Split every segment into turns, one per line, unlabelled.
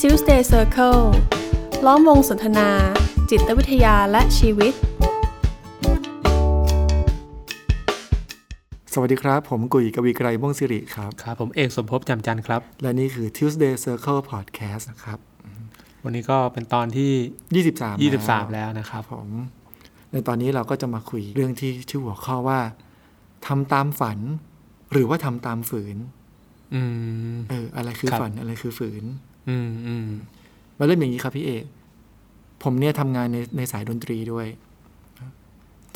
Tuesday Circle ล้อมวงสนทนา จิตวิทยาและชีวิต
สวัสดีครับ ผมกุยกวีไกรม่วงสิริครับ
ครับผมเอกสมภพจำจันทร์ครับ
และนี่คือ Tuesday Circle Podcast นะครับ
วันนี้ก็เป็นตอนที่
23
23 แล้วนะค
ค
รั
รั
บบ
ผม ในตอนนี้เราก็จะมาคุยเรื่องที่ชื่อหัวข้อว่าทำตามฝัน หรือว่าทำตามฝืน
อืม
เออ อะไรคือ
ครับ
ฝันอะไรคือฝืน
อืมอืม
มาเริ่มอย่างนี้ครับพี่เอกผมเนี่ยทำงานในในสายดนตรีด้วย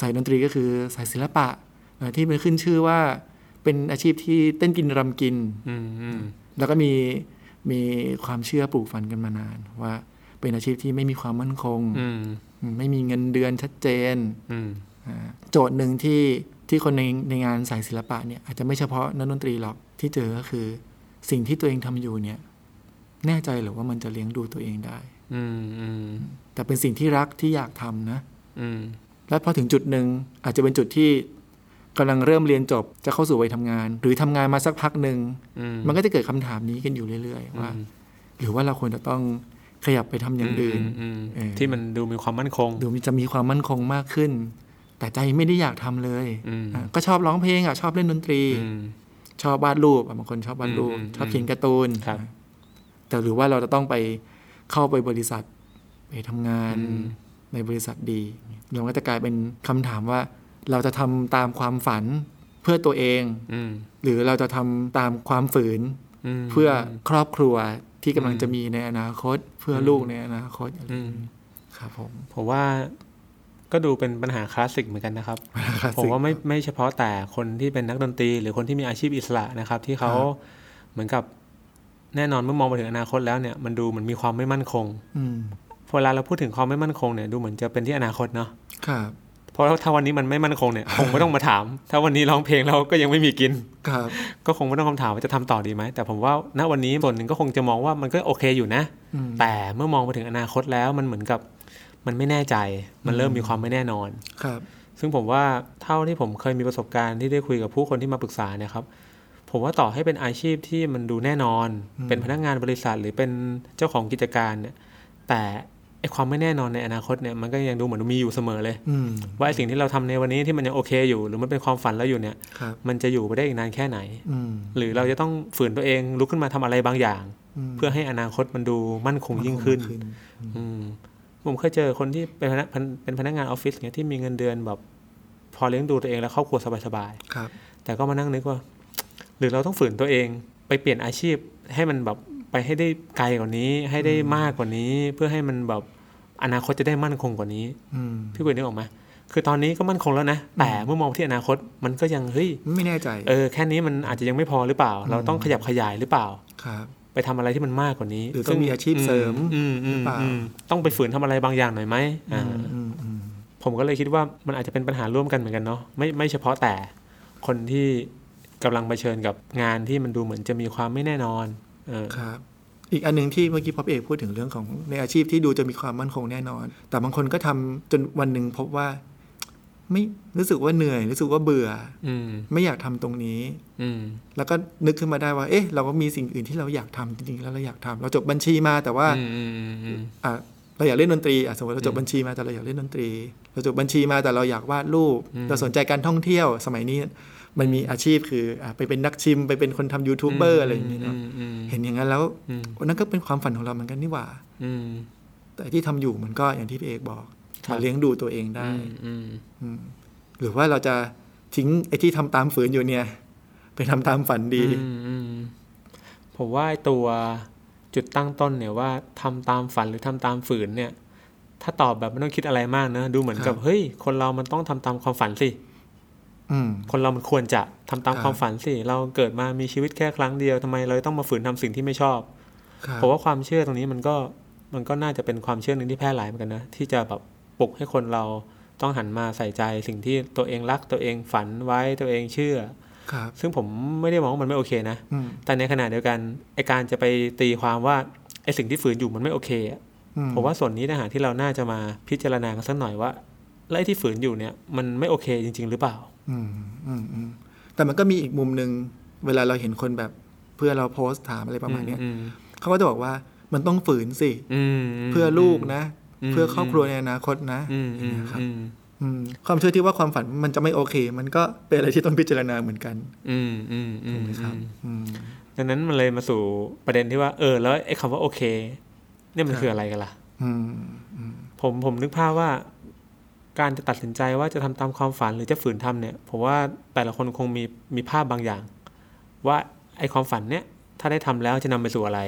สายดนตรีก็คือสายศิลปะเอ่อที่เป็นขึ้นชื่อว่าเป็นอาชีพที่เต้นกินรำกิน
อืมอืม
แล้วก็มีมีความเชื่อปลูกฝันกันมานาน ว่าเป็นอาชีพที่ไม่มีความมั่นคง
อืม
ไม่มีเงินเดือนชัดเจน
อืม
อ่าโจทย์หนึ่งที่ที่คนในในงานสายศิลปะเนี่ยอาจจะไม่เฉพาะนักดนตรีหรอกที่เจอก็คือ สิ่งที่ตัวเองทำอยู่เนี่ย แน่ใจเหรือว่ามันจะเลี้ยงดูตัวเองได้
อืมอืม
แต่เป็นสิ่งที่รักที่อยากทำนะ
อืม
และพอถึงจุดหนึ่งอาจจะเป็นจุดที่กำลังเริ่มเรียนจบจะเข้าสู่วัยทำงาน หรือทำงานมาสักพักหนึ่ง
อืม
มันก็จะเกิดคำถามนี้กันอยู่เรื่อยๆว่า หรือว่าเราควรจะต้องขยับไปทำอย่างอื่น
ม
เออ
ที่มันดูมีความมั่นคง
ดูจะมีความมั่นคงมากขึ้น แต่ใจไม่ได้อยากทำเลย
อืม
อ่ะก็ชอบร้องเพลงอ่ะชอบเล่นดนตรี
อืม
ชอบวาดรูปอ่ะบางคนชอบวาดรูป
อืม
ชอบเขียนการ์ตูน
ครับ
อ่ะแต่หรือว่าเราจะต้องไปเข้าไปบริษัท ไปทำงานในบริษัทดีเราก็จะกลายเป็นคำถามว่า เราจะทำตามความฝันเพื่อตัวเอง
อืม
หรือเราจะทำตามความฝืน
อืม
เพื่อครอบครัวที่กำลังจะมีในอนาคต เพื่อลูกในอนาคตอะไร
อืม
ครับผม
ผมว่าก็ดูเป็นปัญหาคลาสสิกเหมือนกันนะครับ ผมว่าไม่ไม่เฉพาะแต่คนที่เป็นนักดนตรี หรือคนที่มีอาชีพอิสระนะครับ ที่เขาเหมือนกับแน่นอนเมื่อมองไปถึงอนาคตแล้วเนี่ยมันดูเหมือนมีความไม่มั่นคง
อืม
พอเวลาเราพูดถึงความไม่มั่นคงเนี่ยดูเหมือนจะเป็นที่อนาคตเนาะ
ครับ
เพราะถ้าวันนี้มันไม่มั่นคงเนี่ยคงไม่ต้องมาถาม ถ้าวันนี้ร้องเพลงเราก็ยังไม่มีกิน
ครับ
ก็คงไม่ต้องคำถามว่าจะทำต่อดีไหมแต่ผมว่าณวันนี้ส่วนหนึ่งก็คงจะมองว่ามันก็โอเคอยู่นะ
อืม
แต่เมื่อมองไปถึงอนาคตแล้วมันเหมือนกับมันไม่แน่ใจ มันเริ่มมีความไม่แน่นอน
ครับ
ซึ่งผมว่าเท่าที่ผมเคยมีประสบการณ์ที่ได้คุยกับผู้คนที่มาปรึกษาเนี่ยครับ ผมว่าต่อให้เป็นอาชีพที่มันดูแน่นอน เป็นพนักงานบริษัทหรือเป็นเจ้าของกิจการเนี่ย แต่ไอความไม่แน่นอนในอนาคตเนี่ยมันก็ยังดูเหมือนมีอยู่เสมอเลย
อืม
ว่าไอสิ่งที่เราทำในวันนี้ที่มันยังโอเคอยู่ หรือมันเป็นความฝันเราอยู่เนี่ย
ครับ
มันจะอยู่ไปได้อีกนานแค่ไหน
อืม
หรือเราจะต้องฝืนตัวเองลุกขึ้นมาทำอะไรบางอย่าง
ม
เพื่อให้อนาคตมันดูมั่นคงยิ่งขึ้น อืมผมเคยเจอคนที่เป็นพนักเป็นพนักงานออฟฟิศเนี่ยที่มีเงินเดือนแบบ พอเลี้ยงดูตัวเองและครอบครัวสบาย
ครับ
ๆแต่ก็มานั่งนึกว่า หรือเราต้องฝืนตัวเองไปเปลี่ยนอาชีพ ให้มันแบบไปให้ได้ไกลกว่านี้ ให้ได้มากกว่านี้ เพื่อให้มันแบบอนาคตจะได้มั่นคงกว่านี้
อืม
พี่กุยนึกออกไหมคือตอนนี้ก็มั่นคงแล้วนะแต่เมื่อมองที่อนาคตมันก็ยังเฮ้ย
ไม่แน่ใจ
เออแค่นี้มันอาจจะยังไม่พอหรือเปล่า เราต้องขยับขยายหรือเปล่า
ครับ
ไปทำอะไรที่มันมากกว่านี้
หรือต้องมีอาชีพเสริม
อืม
ห
อืม
รือเปล่า
อืมต้องไปฝืนทำอะไรบางอย่างหน่อยไหมอ่า
อืมอืม
ผมก็เลยคิดว่ามันอาจจะเป็นปัญหาร่วมกันเหมือนกันเนาะไม่ไม่เฉพาะแต่คนที่กำลังเผชิญกับงานที่มันดูเหมือนจะมีความไม่แน่นอนเออ
ครับ อีกอันหนึงที่เมื่อกี้พอเอกพูดถึงเรื่องของในอาชีพที่ดูจะมีความมั่นคงแน่นอน แต่บางคนก็ทำจนวันหนึ่งพบว่า ไม่รู้สึกว่าเหนื่อย รู้สึกว่าเบื่อ
อืม
ไม่อยากทำตรงนี้
อืม
แล้วก็นึกขึ้นมาได้ว่า เอ๊ะ เราก็มีสิ่งอื่นที่เราอยากทำจริงๆ แล้วเราอยากทำเราจบบัญชีมาแต่ว่า
อืมอืมอืมอืม
อ่ะเราอยากเล่นดนตรีอ่ะสมมติเราจบบัญชีมาแต่เราอยากเล่นดนตรี เราจบบัญชีมาแต่เราอยากวาดรูป เราสนใจการท่องเที่ยว สมัยนี้มันมีอาชีพคืออ่ะไปเป็นนักชิม ไปเป็นคนทำยูทูบเบอร์อะไรอย่างนี้เนาะ
อืมอืม
เห็นอย่างนั้นแล้ว
อืม
โอ้นั่นก็เป็นความฝันของเราเหมือนกันนี่หว่า
อืม
แต่ที่ทำอยู่มันก็อย่างที่พี่เอกบอก
ครับ
มาเลี้ยงดูตัวเองได้
อืมอืม
หรือว่าเราจะทิ้งไอ้ที่ทำตามฝืนอยู่เนี่ย ไปทำตามฝันดี
อืมอืมผมว่าไอ้ตัวจุดตั้งต้นเนี่ยว่าทำตามฝันหรือทำตามฝืนเนี่ย ถ้าตอบแบบไม่ต้องคิดอะไรมากนะดูเหมือน
ครั
กับ บเฮ้ยคนเรามันต้องทำตามความฝันสิ
อืม
คนเรามันควรจะทำตาม
ครับ
ความฝันสิ เราเกิดมามีชีวิตแค่ครั้งเดียวทำไมเราต้องมาฝืนทำสิ่งที่ไม่ชอบ
ครับ
เพราะว่าความเชื่อตรงนี้มันก็มันก็น่าจะเป็นความเชื่อหนึ่งที่แพร่หลายเหมือนกันนะที่จะแบบปลุกให้คนเราต้องหันมาใส่ใจสิ่งที่ตัวเองรักตัวเองฝันไว้ตัวเองเชื่อ
ครับ
ซึ่งผมไม่ได้มองว่ามันไม่โอเคนะ
อืม
แต่ในขณะเดียวกันไอการจะไปตีความว่าไอสิ่งที่ฝืนอยู่มันไม่โอเคอะ
อืม
ผมว่าส่วนนี้นะฮะที่เราน่าจะมาพิจารณากันสักหน่อยว่าแล้วไอที่ฝืนอยู่เนี่ยมันไม่โอเคจริง ๆ หรือเปล่า
อืมอืมอืมแต่มันก็มีอีกมุมหนึ่งเวลาเราเห็นคนแบบเพื่อนเราโพสต์ถามอะไรประมาณเนี้ย
อืม
เขาก็จะบอกว่า มันต้องฝืนสิ
อืมม
เพื่อลูกนะ
อืม
เพื่อครอบครัวในอนาคตนะ
อืมอืม
นะครั
อืม
อืมความเชื่อที่ว่าความฝันมันจะไม่โอเค มันก็เป็นอะไรที่ต้องพิจารณาเหมือนกัน
อืมอืมอืม
นะครับ อืม
ดังนั้นมันเลยมาสู่ประเด็นที่ว่า เออ แล้วไอ้คำว่าโอเค เนี่ยมั
ค
น
รับ
คืออะไรกันล่ะ
อืม
ผมผมนึกภาพว่า การจะตัดสินใจว่าจะทำตามความฝันหรือจะฝืนทำเนี่ย ผมว่าแต่ละคนคงมีมีภาพบางอย่าง ว่าไอ้ความฝันเนี่ย ถ้าได้ทำแล้วจะนำไปสู่อะไร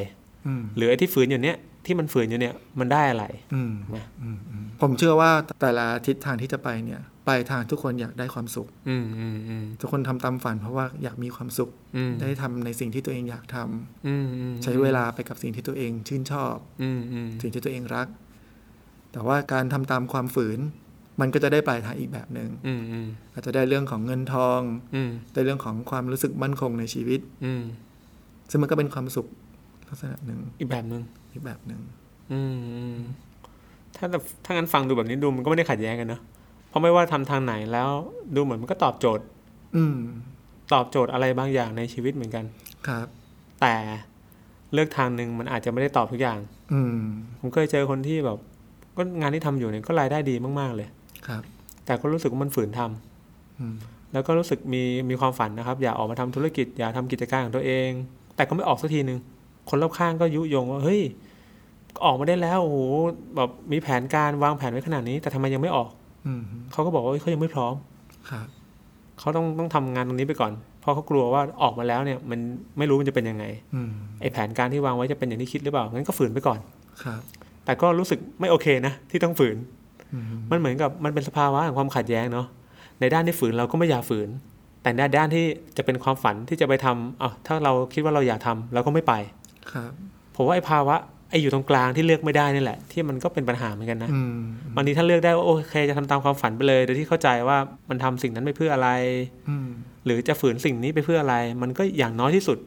อืม
หรือไอ้ที่ฝืนอยู่เนี่ยที่มันฝืนอยู่เนี่ยมันได้อะไร
อืม
นะ
อืมอืมผมเชื่อว่าแต่ละทิศทางที่จะไปเนี่ยปลายทางทุกคนอยากได้ความสุข
อืมอืมอืม
ทุกคนทำตามฝันเพราะว่าอยากมีความสุข
อืม
ได้ทำในสิ่งที่ตัวเองอยากทำ
อืมอืม
ใช้เวลาไปกับสิ่งที่ตัวเองชื่นชอบ
อืมอืม
สิ่งที่ตัวเองรัก แต่ว่าการทำตามความฝืน มันก็จะได้ปลายทางอีกแบบหนึง่ง
อืมอืม
อาจจะได้เรื่องของเงินทอง
อืม
ได้เรื่องของความรู้สึกมั่นคงในชีวิต
อืม
ซึ่งมันก็เป็นความสุขลักษณะหนึ่ง
อีกแบบหนึ่ง
อีกแบบหนึ่ง
อืมอืมถ้าแต่ถ้างั้นฟังดูแบบนี้ดูมันก็ไม่ได้ขัดแย้งกันเนอะเพราะไม่ว่าทำทางไหนแล้วดูเหมือนมันก็ตอบโจทย์
อืม
ตอบโจทย์อะไรบางอย่างในชีวิตเหมือนกัน
ครับ
แต่เลือกทางหนึ่งมันอาจจะไม่ได้ตอบทุกอย่าง
อืม
ผมเคยเจอคนที่แบบก็งานที่ทำอยู่เนี่ยก็รายได้ดีมากๆเลย
ครับ
แต่ก็รู้สึกว่ามันฝืนทำ
อืม
แล้วก็รู้สึกมีมีความฝันนะครับ อยากออกมาทำธุรกิจอยากทำกิจการของตัวเอง แต่ก็ไม่ออกสักทีหนึ่งคนรอบข้างก็ยุยงว่าเฮ้ยออกมาได้แล้วโอ้โหแบบมีแผนการวางแผนไว้ขนาดนี้ แต่ทำไมยังไม่ออก
อืม
เขาก็บอกว่าเฮ้ยเขายังไม่พร้อม
ครับ
เขาต้องต้องทำงานตรงนี้ไปก่อน เพราะเขากลัวว่าออกมาแล้วเนี่ย มันไม่รู้มันจะเป็นยังไง
อืม
ไอ้แผนการที่วางไว้จะเป็นอย่างที่คิดหรือเปล่า งั้นก็ฝืนไปก่อน
ครับ
แต่ก็รู้สึกไม่โอเคนะ ที่ต้องฝืน
อืม
มันเหมือนกับมันเป็นสภาวะของความขัดแย้งเนาะ ในด้านที่ฝืนเราก็ไม่อยากฝืน แต่ในด้านที่จะเป็นความฝันที่จะไปทำอ่ะถ้าเราคิดว่าเราอยากทำเราก็ไม่ไป
ครับ
ผมว่าไอ้ภาวะไอ้อยู่ตรงกลางที่เลือกไม่ได้นี่แหละ ที่มันก็เป็นปัญหาเหมือนกันนะ
อืม
บางทีถ้าเลือกได้ว่าโอเคจะทำตามความฝันไปเลย โดยที่เข้าใจว่ามันทำสิ่งนั้นไปเพื่ออะไร
อืม
หรือจะฝืนสิ่งนี้ไปเพื่ออะไร มันก็อย่างน้อยที่สุด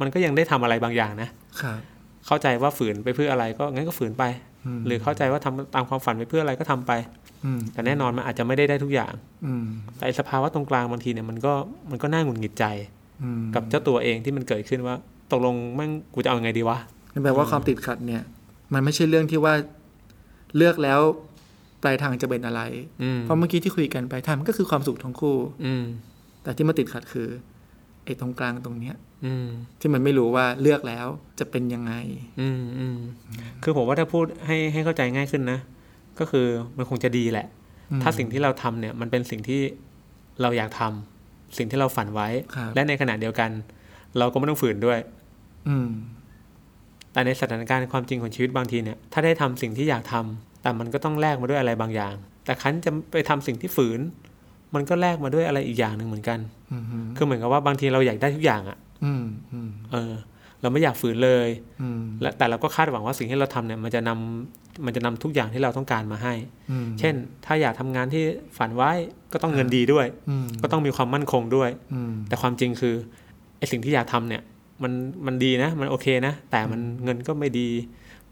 มันก็ยังได้ทำอะไรบางอย่างนะ
ครับ
เข้าใจว่าฝืนไปเพื่ออะไรก็งั้นก็ฝืนไป
ม
หรือเข้าใจว่าทำตามความฝันไปเพื่ออะไรก็ทำไป
อืม
แต่แน่นอนมันอาจจะไม่ได้ได้ทุกอย่าง
อืม
แต่ไอ้สภาวะตรงกลางบางทีเนี่ยมันก็มันก็น่าหงุดหงิดใจ
อืม
กับเจ้าตัวเองที่มันเกิดขึ้นว่าตกลงแม่งกูจะเอายังไงดีวะ
นั่นแปลว่าความติดขัดเนี่ย มันไม่ใช่เรื่องที่ว่าเลือกแล้วปลายทางจะเป็นอะไร
อืม
เพราะเมื่อกี้ที่คุยกันปลายทางมันก็คือความสุขทั้งคู่
อืม
แต่ที่มาติดขัดคือไอ้ตรงกลางตรงเนี้ย
อืม
ที่มันไม่รู้ว่าเลือกแล้วจะเป็นยังไง
อืมอืมคือผมว่าถ้าพูดให้ให้เข้าใจง่ายขึ้นนะ ก็คือมันคงจะดีแหละ
อืม
ถ้าสิ่งที่เราทำเนี่ยมันเป็นสิ่งที่เราอยากทำสิ่งที่เราฝันไว้
ครับ
และในขณะเดียวกัน เราก็ไม่ต้องฝืนด้วย
อืม
แต่ในสถานการณ์ความจริงของชีวิตบางทีเนี่ย ถ้าได้ทำสิ่งที่อยากทำ แต่มันก็ต้องแลกมาด้วยอะไรบางอย่าง แต่คันจะไปทำสิ่งที่ฝืน มันก็แลกมาด้วยอะไรอีกอย่างหนึ่งเหมือนกัน
อืมอืม
คือเหมือนกับว่าบางทีเราอยากได้ทุกอย่างอะ่ะ
อืมอืม
เออ เราไม่อยากฝืนเลย
อืม
และแต่เราก็คาดหวังว่าสิ่งที่เราทำเนี่ยมันจะนำมันจะนำทุกอย่างที่เราต้องการมาให้
อืม
เช่น ถ้าอยากทำงานที่ฝันไว้ก็ต้องเงินดีด้วย
อืม
ก็ต้องมีความมั่นคงด้วย
อืม
แต่ความจริงคือไอสิ่งที่อยากทำเนี่ย มันมันดีนะ มันโอเคนะ แต่มันเงินก็ไม่ดี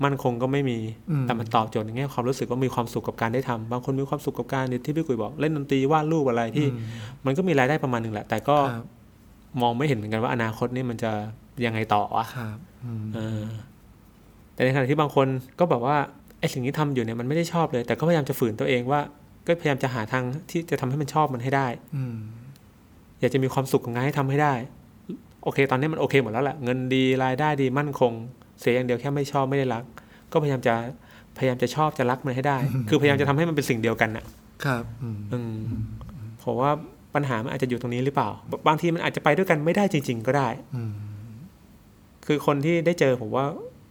มั่นคงก็ไม่มี
อืม
แต่มันตอบโจทย์ในแง่ความรู้สึกว่ามีความสุขกับการได้ทำบางคนมีความสุขกับการเนี่ยที่พี่กุยบอกเล่นดนตรีวาดรูปอะไรที่
อืม
มันก็มีรายได้ประมาณหนึ่งแหละ แต่ก็
ครับ
มองไม่เห็นเหมือนกันว่าอนาคตนี่มันจะยังไงต่ออะ
ครับอืม
เออแต่ในขณะที่บางคนก็แบบว่าไอสิ่งที่ทำอยู่เนี่ยมันไม่ได้ชอบเลย แต่ก็พยายามจะฝืนตัวเองว่า ก็พยายามจะหาทางที่จะทำให้มันชอบมันให้ได้
อืม
อยากจะมีความสุขกับงานให้ทำให้ได้ โอเค ตอนนี้มันโอเคหมดแล้วแหละเงินดีรายได้ดีมั่นคง เสียอย่างเดียวแค่ไม่ชอบไม่ได้รัก ก็พยายามจะพยายามจะชอบจะรักมันให้ ได้ คือพยายามจะทำให้มันเป็นสิ่งเดียวกันน่ะ
ครับอืม
อืมผมว่าปัญหามันอาจจะอยู่ตรงนี้หรือเปล่า บางทีมันอาจจะไปด้วยกันไม่ได้จริง ๆ ก็ได้
อืม
คือคนที่ได้เจอผมว่า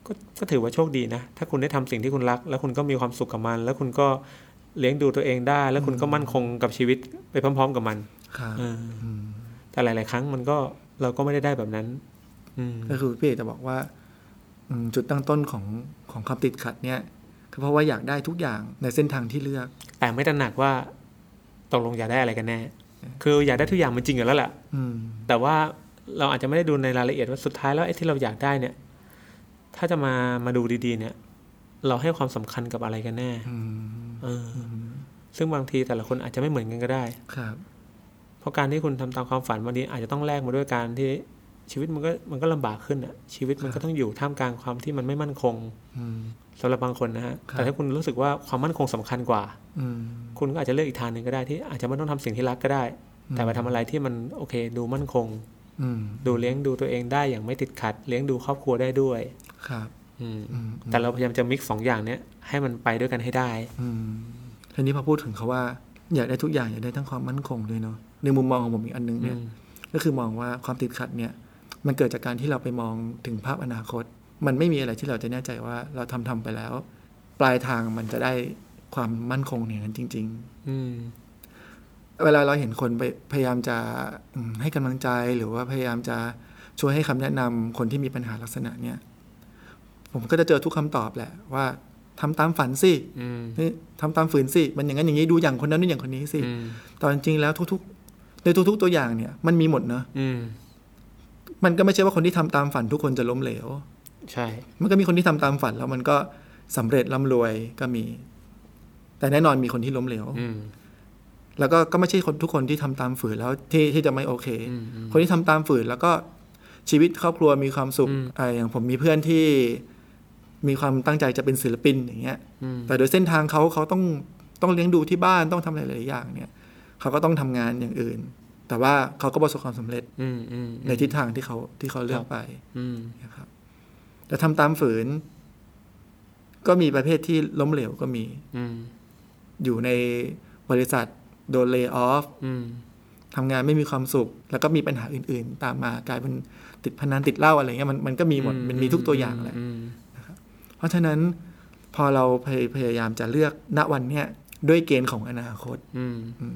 ก็ก็ถือว่าโชคดีนะ ถ้าคุณได้ทำสิ่งที่คุณรัก แล้วคุณก็มีความสุขกับมัน แล้วคุณก็เลี้ยงดูตัวเองได้ แล้วคุณก็มั่นคงกับชีวิตไปพร้อม ๆ กับมัน
ครับ
เออ
อืม
แต่หลาย ๆ ครั้งมันก็เราก็ไม่ได้ได้แบบนั้น อืม
ก็คือพี่เอกจะบอกว่าอืมจุดตั้งต้นของของความติดขัดเนี่ยก็เพราะว่าอยากได้ทุกอย่างในเส้นทางที่เลือก
แต่ไม่ตระหนักว่าตกลงอยากได้อะไรกันแน่ คืออยากได้ทุกอย่างมันจริงอยู่แล้วแหละ
อืม
แต่ว่าเราอาจจะไม่ได้ดูในรายละเอียดว่าสุดท้ายแล้วไอ้ที่เราอยากได้เนี่ย ถ้าจะมามาดูดี ๆ เนี่ย เราให้ความสำคัญกับอะไรกันแน่
อืม
เอออซึ่งบางทีแต่ละคนอาจจะไม่เหมือนกันก็ได้
ครับ
เพราะการที่คุณทำตามความฝันบางทีอาจจะต้องแลกมาด้วยการที่ ชีวิตมันก็มันก็ลำบากขึ้นอะชีวิตมันก็ต้องอยู่ท่ามกลางความที่มันไม่มั่นคง
อืม
สำหรับบางคนนะฮะ
ครับ
แต่ถ้าคุณรู้สึกว่าความมั่นคงสำคัญกว่า
อืม
คุณก็อาจจะเลือกอีกทางหนึ่งก็ได้ที่อาจจะไม่ต้องทำสิ่งที่รักก็ได้
อืม
แต่ไปทำอะไรที่มันโอเค ดูมั่นคง
อืม
ดูเลี้ยงดูตัวเองได้อย่างไม่ติดขัด เลี้ยงดูครอบครัวได้ด้วย
ครับ
อืม
อืมอืม
แต่เราพยายามจะมิกซ์สองอย่างเนี้ยให้มันไปด้วยกันให้ได้
อืมทีนี้พอพูดถึงเขาว่า อยากได้ทุกอย่างอยากได้ทั้งความมั่นคงด้วยเนาะในมุมมองของผมอีกอันหนึงเนี่ย
อืม
ก็คือมองว่าความติดขัดเนี่ย มันเกิดจากการที่เราไปมองถึงภาพอนาคต มันไม่มีอะไรที่เราจะแน่ใจว่าเราทำทำไปแล้ว ปลายทางมันจะได้ความมั่นคงอย่างนั้นจริง
อืม
ๆ เวลาเราเห็นคนไปพยายามจะอืมให้กำลังใจหรือว่าพยายามจะช่วยให้คำแนะนำคนที่มีปัญหาลักษณะเนี่ย ผมก็จะเจอทุกคำตอบแหละว่าทำตามฝันสิ
อืม
นี่ทำตามฝืนสิ มันอย่างนั้นอย่างนี้ดูอย่างคนนั้นดูอย่างคนนี้สิ
อืม
ตอนจริงแล้วทุกๆ ในทุกๆตัวอย่างเนี่ย มันมีหมดเนอะ
อืม
มันก็ไม่ใช่ว่าคนที่ทำตามฝันทุกคนจะล้มเหลว
ใช่
มันก็มีคนที่ทำตามฝันแล้วมันก็สำเร็จร่ำรวยก็มี แต่แน่นอนมีคนที่ล้มเหลว
อืม
แล้วก็ก็ไม่ใช่คนทุกคนที่ทำตามฝืนแล้วที่ที่จะไม่โอเค
อืมอืม
คนที่ทำตามฝืนแล้วก็ชีวิตครอบครัวมีความสุข
อืม
อ่าอย่างผมมีเพื่อนที่มีความตั้งใจจะเป็นศิลปินอย่างเงี้ย
อืม
แต่โดยเส้นทางเขาเขาต้องต้องเลี้ยงดูที่บ้านต้องทำหลายๆอย่างเนี่ยเขาก็ต้องทำงานอย่างอื่น แต่ว่าเขาก็ประสบความสำเร็จ
อืมอืม
ในทิศทางที่เขาที่เขาเลือกไป
อืม
นะครับแต่ทำตามฝืน ก็มีประเภทที่ล้มเหลวก็มี
อืม
อยู่ในบริษัทโดนเล y o ออฟ
อืม
ทำงานไม่มีความสุข แล้วก็มีปัญหาอื่น ๆ ตามมากลายเป็นติดพนันติดเหล้าอะไรเงี้ยมันมันก็มีหมดมันมีทุกตัวอย่างแหละ
ม
เพราะฉะนั้นพอเราพยพยายามจะเลือกณวันเนี้ยด้วยเกณฑ์ของอนาคต
อืม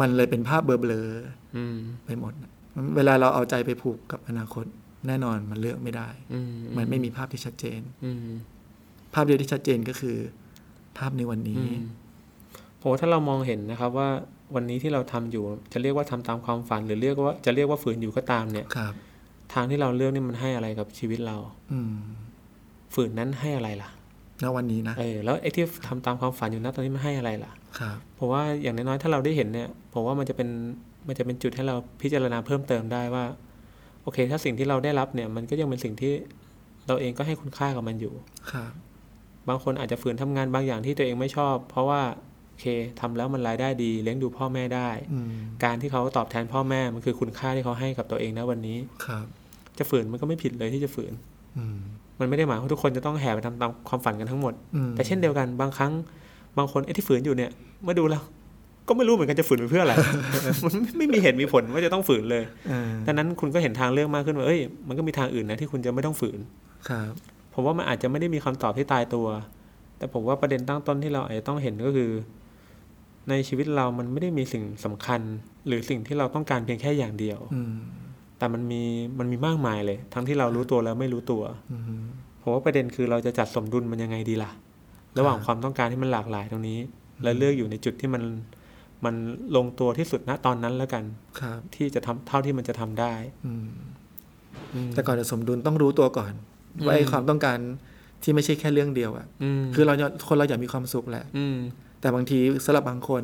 มันเลยเป็นภาพเบลอ
อืม
ๆไปหมดนะเวลาเราเอาใจไปผูกกับอนาคต แน่นอนมันเลือกไม่ได้
อืม
มันไม่มีภาพที่ชัดเจน
อืม
ภาพเดียวที่ชัดเจนก็คือ ภาพในวันนี้
ผมว่าถ้าเรามองเห็นนะครับว่าวันนี้ที่เราทำอยู่จะเรียกว่าทำตามความฝัน หรือเรียกว่าจะเรียกว่าฝืนอยู่ก็ตามเนี่ย
ครับ
ทางที่เราเลือกนี่มันให้อะไรกับชีวิตเรา
อืม
ฝืนนั้นให้อะไรล่ะ
ณวันนี้นะ
เออแล้วไอ้ที่ทำตามความฝันอยู่นะตอนนี้มันให้อะไรล่ะ
ครับ
ผมว่าอย่างน้อยๆถ้าเราได้เห็นเนี่ยผมว่ามันจะเป็นมันจะเป็นจุดให้เราพิจารณาเพิ่มเติมได้ว่า โอเค ถ้าสิ่งที่เราได้รับเนี่ยมันก็ยังเป็นสิ่งที่เราเองก็ให้คุณค่ากับมันอยู่
ครับ
บางคนอาจจะฝืนทำงานบางอย่างที่ตัวเองไม่ชอบ เพราะว่าโอเคทำแล้วมันรายได้ดี เลี้ยงดูพ่อแม่ได้
อืม
การที่เขาตอบแทนพ่อแม่มันคือคุณค่าที่เขาให้กับตัวเองนะวันนี้
ครับ
จะฝืนมันก็ไม่ผิดเลยที่จะฝืน
อืม
มันไม่ได้หมายว่าทุกคนจะต้องแห่ไปทำตามความฝันกันทั้งหมด
อืม
แต่เช่นเดียวกันบางครั้งบางคนไอ้ที่ฝืนอยู่เนี่ยเมื่อดูแล้ว ก็ไม่รู้เหมือนกันจะฝืนไปเพื่ออะไร มันไม่มีเหตุมีผลว่าจะต้องฝืนเลย
เออ
ดังนั้นคุณก็เห็นทางเลือกมากขึ้นว่าเอ้ยมันก็มีทางอื่นนะที่คุณจะไม่ต้องฝืน
ครับ
ผมว่ามันอาจจะไม่ได้มีคำตอบที่ตายตัว แต่ผมว่าประเด็นตั้งต้นที่เราอาจจะต้องเห็นก็คือ ในชีวิตเรามันไม่ได้มีสิ่งสำคัญ หรือสิ่งที่เราต้องการเพียงแค่อย่างเดียว
อืม
แต่มันมีมันมีมากมายเลย ทั้งที่เรารู้ตัวและไม่รู้ตัว
อืม
ผมว่าประเด็นคือเราจะจัดสมดุลมันยังไงดีล่ะ ระหว่างความต้องการที่มันหลากหลายตรงนี้ และเลือกอยู่ในจุดที่มันมันลงตัวที่สุดณตอนนั้นแล้วกัน
ครับ
ที่จะทำเท่าที่มันจะทำได้
อืม
อืม
แต่ก่อนจะสมดุลต้องรู้ตัวก่อน ว่าไอ้
อืม
ความต้องการที่ไม่ใช่แค่เรื่องเดียวอะ
อืม
คือเราอยากคนเราอยากมีความสุขแหละ
อืม
แต่บางทีสำหรับบางคน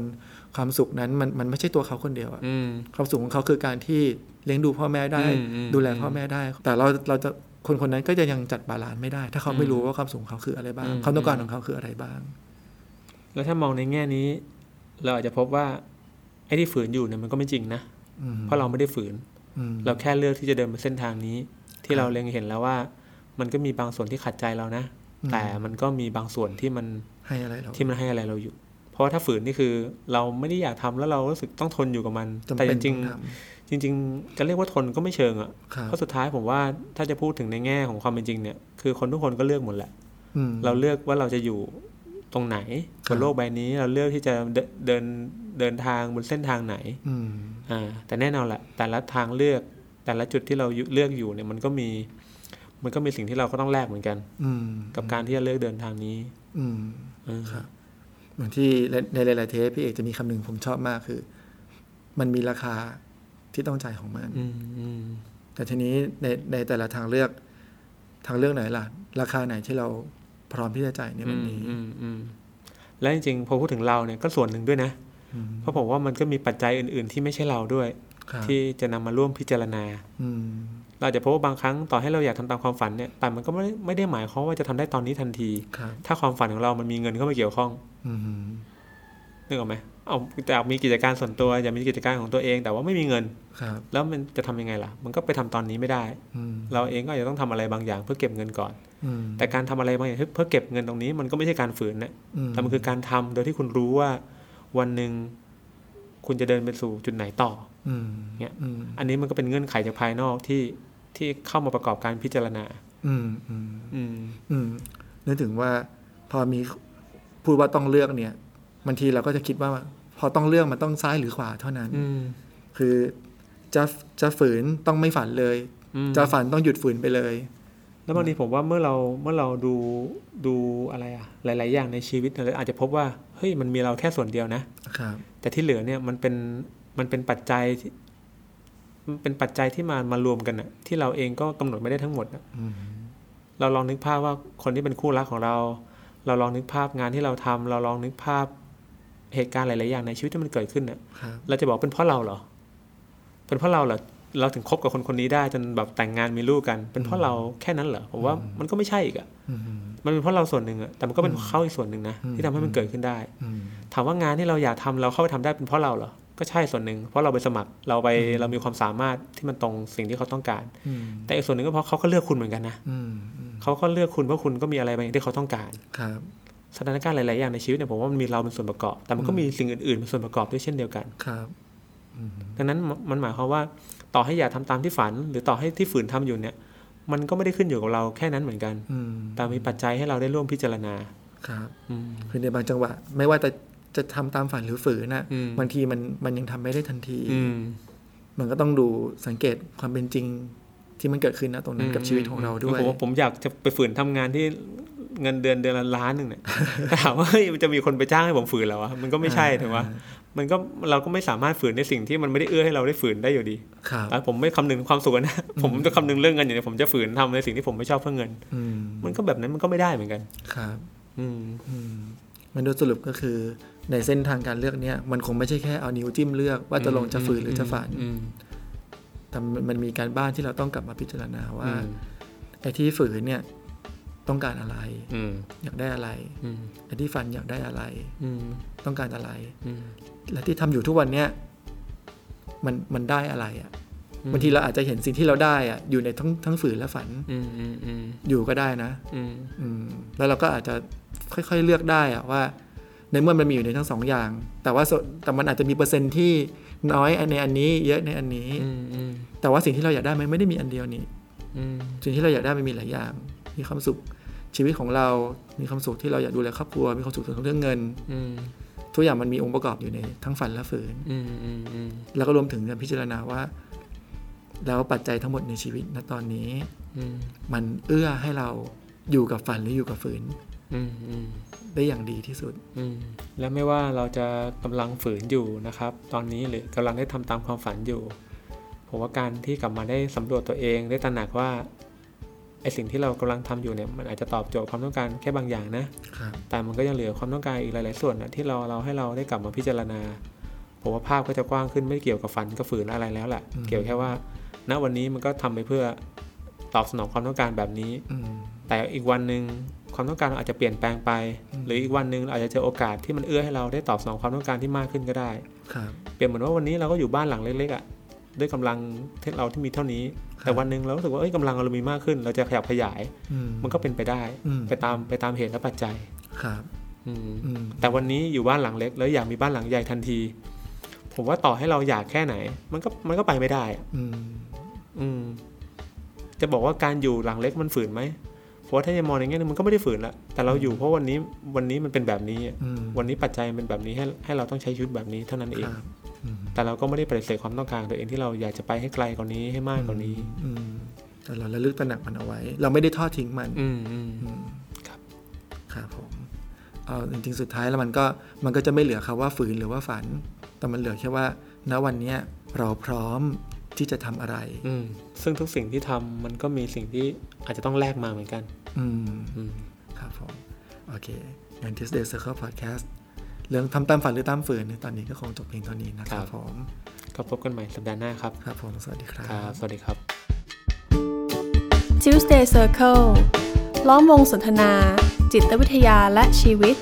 ความสุขนั้นมันมันไม่ใช่ตัวเขาคนเดียวอะ
อืม
ความสุขของเขาคือการที่เลี้ยงดูพ่อแม่ได้
อืมอืม
ดูแลพ่อแม่ได้ แต่เราเราจะคนคนนั้นก็จะยังจัดบาลานซ์ไม่ได้ ถ้าเขาไม่รู้ว่าความสุขของเขาคืออะไรบ้าง
อืม
ความต้องการของเขาคืออะไรบ้าง
แล้วถ้ามองในแง่นี้ เราอาจจะพบว่าไอ้ที่ฝืนอยู่เนี่ยมันก็ไม่จริงนะ
อืม
เพราะเราไม่ได้ฝืน
อืม
เราแค่เลือกที่จะเดินไปเส้นทางนี้ ที่เราเล็งเห็นแล้วว่า มันก็มีบางส่วนที่ขัดใจเรานะ แต่มันก็มีบางส่วนที่มัน
ให้อะไรเรา
ที่มันให้อะไรเราอยู่ เพราะว่าถ้าฝืนนี่คือ เราไม่ได้อยากทำแล้วเรารู้สึกต้องทนอยู่กับมัน
จำ
แต่
เป็
จ
น
ริง
ต้องท
ๆจริง ๆ จะเรียกว่าทนก็ไม่เชิงอะ่ะ
ำครับ
เพราะสุดท้ายผมว่าถ้าจะพูดถึงในแง่ของความเป็นจริงเนี่ยคือคนทุกคนก็เลือกหมดแหละ
อืม
เราเลือกว่าเราจะอยู่ตรงไหน
ครับ บ
นโลกใบนี้เราเลือกที่จะเดินเดินเดินทางบนเส้นทางไหน
อืม
อ่าแต่แน่นอนแหละแต่ละทางเลือก แต่ละจุดที่เราอยู่เลือกอยู่เนี่ยมันก็มี มันก็มีสิ่งที่เราก็ต้องแลกเหมือนกัน
อืม
กับการที่จะเลือกเดินทางนี้
อืม
เออ
ครับ เหมือนที่ในหลายๆเทปพี่เอกจะมีคำหนึ่งผมชอบมากคือ มันมีราคาที่ต้องจ่ายของมัน
อืมอืม
แต่ทีนี้ในในแต่ละทางเลือกทางเลือกไหนล่ะ ราคาไหนที่เราพร้อมที่จะจ่ายใน
อื
วัน
ม
นี้
อืมอืมและจริงๆพอพูดถึงเราเนี่ยก็ส่วนหนึ่งด้วยนะ
อืม
เพราะผมว่ามันก็มีปัจจัยอื่น ๆ ที่ไม่ใช่เราด้วย
ครับ
ที่จะนำมาร่วมพิจารณา
อืม
เราอาจจะพบว่าบางครั้งต่อให้เราอยากทำตามความฝันเนี่ยแต่มันก็ไม่ได้ไม่ได้หมายความว่าจะทำได้ตอนนี้ทันที
ครับ
ถ้าความฝันของเรามันมีเงินเข้ามาเกี่ยวข้อง
อืม
นึกออกไหมเอาอยากมีกิจการส่วนตัวอยากมีกิจการของตัวเอง แต่ว่าไม่มีเงิน
ครับ
แล้วมันจะทำยังไงล่ะ มันก็ไปทำตอนนี้ไม่ได้
อืม
เราเองก็อาจจะต้องทำอะไรบางอย่างเพื่อเก็บเงินก่อน
อืม
แต่การทำอะไรบางอย่างเพื่อเก็บเงินตรงนี้ มันก็ไม่ใช่การฝืนนะแต่มันคือการทำโดยที่คุณรู้ว่าวันหนึ่งคุณจะเดินไปสู่จุดไหนต่อ
อืม
เนี่ย
อืม
อันนี้มันก็เป็นเงื่อนไขจากภายนอกที่ที่เข้ามาประกอบการพิจารณา
อืมอืม
อืม
อืมนึกถึงว่าพอมีพูดว่าต้องเลือกเนี่ยบางทีเราก็จะคิดว่า พอต้องเลือกมันต้องซ้ายหรือขวาเท่านั้น
อืม
คือจะจะฝืนต้องไม่ฝันเลย
อืม
จะฝันต้องหยุดฝืนไปเลย
แล้วบางทีผมว่าเมื่อเราเมื่อเราดูดูอะไรอะหลาย ๆ อย่างในชีวิตเนี่ยเราอาจจะพบว่าเฮ้ยมันมีเราแค่ส่วนเดียวนะ
ครับ
แต่ที่เหลือเนี่ยมันเป็นมันเป็นปัจจัยที่มันเป็นปัจจัยที่มามารวมกันอะที่เราเองก็กำหนดไม่ได้ทั้งหมดอะ
อืม
เราลองนึกภาพว่าคนที่เป็นคู่รักของเรา เราลองนึกภาพงานที่เราทำเราลองนึกภาพเหตุการณ์หลาย ๆ อย่างในชีวิตที่มันเกิดขึ้นอะ
ครับ
เราจะบอกเป็นเพราะเราเหรอ เป็นเพราะเราเหรอเราถึงคบกับคนคนนี้ได้จนแบบแต่งงานมีลูกกัน เป็นเพราะเราแค่นั้นเหรอผมว่ามันก็ไม่ใช่อีกอะ
อืม
มันเป็นเพราะเราส่วนหนึ่งอะแต่มันก็เป็นเขาอีกส่วนหนึ่งนะ
อืม
ที่ทำให้มันเกิดขึ้นได้
อืม
ถามว่างานที่เราอยากทำเราเข้าไปทำได้เป็นเพราะเราเหรอ ก็ใช่ส่วนหนึ่ง เพราะเราไปสมัคร เราไปเรามีความสามารถที่มันตรงสิ่งที่เขาต้องการ
อืม
แต่อีกส่วนหนึ่งก็เพราะเขาก็เลือกคุณเหมือนกันนะ
อืมอืม
เขาก็เลือกคุณเพราะคุณก็มีอะไรบางอย่างที่เขาต้องการ
ครับ
สถานการณ์หลาย ๆ อย่างในชีวิตเนี่ยผมว่ามันมีเราเป็นส่วนประกอบ แต่มันก็มีสิ่งอื่น ๆ เป็นส่วนประกอบด้วยเช่นเดียวกัน
ครับ
ดังนั้นมมันหมายความว่าต่อให้อยากทำตามที่ฝัน หรือต่อให้ที่ฝืนทำอยู่เนี่ย มันก็ไม่ได้ขึ้นอยู่กับเราแค่นั้นเหมือนกัน
อืม
แต่มีปัจจัยให้เราได้ร่วมพิจารณา
ครับ
อืม
คือในบางจังหวะ ไม่ว่าจะจะทำตามฝันหรือฝืนนะ
อืม
บางทีมันมันยังทำไม่ได้ทันที
อืม
มันก็ต้องดูสังเกตความเป็นจริงที่มันเกิดขึ้นนะตรงนั้นกับชีวิตของเราด้วย
ผมผมอยากจะไปฝืนทำงานที่เงินเดือนเดือนละล้านหนึ่งเนี่ย ถามว่าเฮ้ยมันจะมีคนไปจ้างให้ผมฝืนเหรอวะมันก็ไม่ใช่ถูกไหมมันก็เราก็ไม่สามารถฝืนในสิ่งที่มันไม่ได้เอื้อให้เราได้ฝืนได้อยู่ดี
ครับ
อ่ะผมไม่คำนึงความสุขนะ ผมจะคำนึงเรื่องเงินอย่างเดียวผมจะฝืนทำในสิ่งที่ผมไม่ชอบเพื่อเงิน
อืม
มันก็แบบนั้นมันก็ไม่ได้เหมือนกัน
ครับ
อืม
อืม มันโดยสรุปก็คือ ในเส้นทางการเลือกเนี่ย มันคงไม่ใช่แค่เอานิ้วจิ้มเลือกว่าจะลงจะฝืนหรือจะฝัน
อืม
แต่มันมันมีการบ้านที่เราต้องกลับมาพิจารณาว่า
อืม
ไอ้ที่ฝืนเนี่ย ต้องการอะไร
อืม
อยากได้อะไร
อืม
ไอ้ที่ฝันอยากได้อะไร
อืม
ต้องการอะไร
อืม
และที่ทำอยู่ทุกวันเนี่ยมันมันได้อะไรอะ่ะ
อืม
บางทีเราอาจจะเห็นสิ่งที่เราได้อะ่ะอยู่ในทั้งทั้งฝืนและฝัน
อืมอืมอืม
อยู่ก็ได้นะ
อืม
อืมแล้วเราก็อาจจะค่อยๆเลือกได้อะว่า ในเมื่อมันมีอยู่ในทั้งสองอย่าง แต่ว่าส่วนแต่มันอาจจะมีเปอร์เซ็นต์ที่น้อยในอันนี้ เยอะในอันนี้
อืมอืม
แต่ว่าสิ่งที่เราอยากได้มันไม่ได้มีอันเดียวนี่
อืม
สิ่งที่เราอยากได้มันมีหลายอย่าง มีความสุขชีวิตของเรา มีความสุขที่เราอยากดูแลครอบครัว มีความสุขเรื่องเงิน
อืม
ทุกอย่างมันมีองค์ประกอบอยู่ในทั้งฝันและฝืน
อืมอืมอืม
แล้วก็รวมถึงการพิจารณาว่า แล้วปัจจัยทั้งหมดในชีวิตณตอนนี้
อืม
มันเอื้อให้เราอยู่กับฝันหรืออยู่กับฝืน
อืมอืม
ได้อย่างดีที่สุด
อืมและไม่ว่าเราจะกำลังฝืนอยู่นะครับ ตอนนี้หรือกำลังได้ทำตามความฝันอยู่ ผมว่าการที่กลับมาได้สำรวจตัวเองได้ตระหนักว่าไอสิ่งที่เรากำลังทำอยู่เนี่ยมันอาจจะตอบโจทย์ความต้องการแค่บางอย่างนะ
ครับ
แต่มันก็ยังเหลือความต้องการอีกหลายๆส่วนนะที่เราเราให้เราได้กลับมาพิจารณาผมว่าภาพก็จะกว้างขึ้นไม่เกี่ยวกับฝันกับฝืนอะไรแล้วแหละ
อืม
เกี่ยวแค่ว่า ณวันนี้มันก็ทำไปเพื่อตอบสนองความต้องการแบบนี้
อืม
แต่อีกวันหนึ่งความต้องการเราอาจจะเปลี่ยนแปลงไป
อืม
หรืออีกวันหนึ่งเราอาจจะเจอโอกาสที่มันเอื้อให้เราได้ตอบสนองความต้องการที่มากขึ้นก็ได้
ครับ
เปรียบเหมือนว่าวันนี้เราก็อยู่บ้านหลังเล็กๆอะ่ะด้วยกำลังที่เราที่มีเท่านี้
ครับ
แต่วันหนึ่งเรารู้สึกว่าเอ้ยกำลังเรามีมากขึ้น เราจะขยับขยาย
อื
มันก็เป็นไปได้
อืม
ไปตามไปตามเหตุและปัจจัย
ครับ
อืม
อืม
แต่วันนี้อยู่บ้านหลังเล็ก แล้วอยากมีบ้านหลังใหญ่ทันที ผมว่าต่อให้เราอยากแค่ไหน มันก็มันก็ไปไม่ได้อะ
อืม
อืมจะบอกว่าการอยู่หลังเล็กมันฝืนไหมเพราะว่าถ้าจะมองในแง่นึงมันก็ไม่ได้ฝืนละแต่เราอยู่เพราะวันนี้วันนี้มันเป็นแบบนี้อะ
อืม
วันนี้ปัจจัยมันเป็นแบบนี้ให้ให้เราต้องใช้ชีวิตแบบนี้เท่านั้น
ค
เอง
รับอืม
แต่เราก็ไม่ได้ปฏิเสธความต้องการตัวเองที่เราอยากจะไปให้ไกลกว่านี้ให้มากกว่านี้
อืมแต่เราระลึกตระหนักมันเอาไว้ เราไม่ได้ทอดทิ้งมัน
อืมอืม
อืม
ครับ
ครับผมเอาจริงๆสุดท้ายแล้วมันก็มันก็จะไม่เหลือคำว่าฝืนหรือว่าฝัน แต่มันเหลือแค่ว่า ณวันเนี้ยเราพร้อมที่จะทำอะไร
อืมซึ่งทุกสิ่งที่ทำมันก็มีสิ่งที่อาจจะต้องแลกมาเหมือนกัน
อืม
อืม
ครับผม โอเคงั้น Tuesday Circle Podcast เรื่องทำตามฝันหรือตามฝืนในตอนนี้ก็คงจบเพียงเท่านี้นะครับ
ครับ
ผม
ก็พบกันใหม่สัปดาห์หน้าครับ
ครับผมสวัสดีครั
ครับ บ สวัสดีครับ
Tuesday Circle ล้อมวงสนทนา จิตวิทยาและชีวิต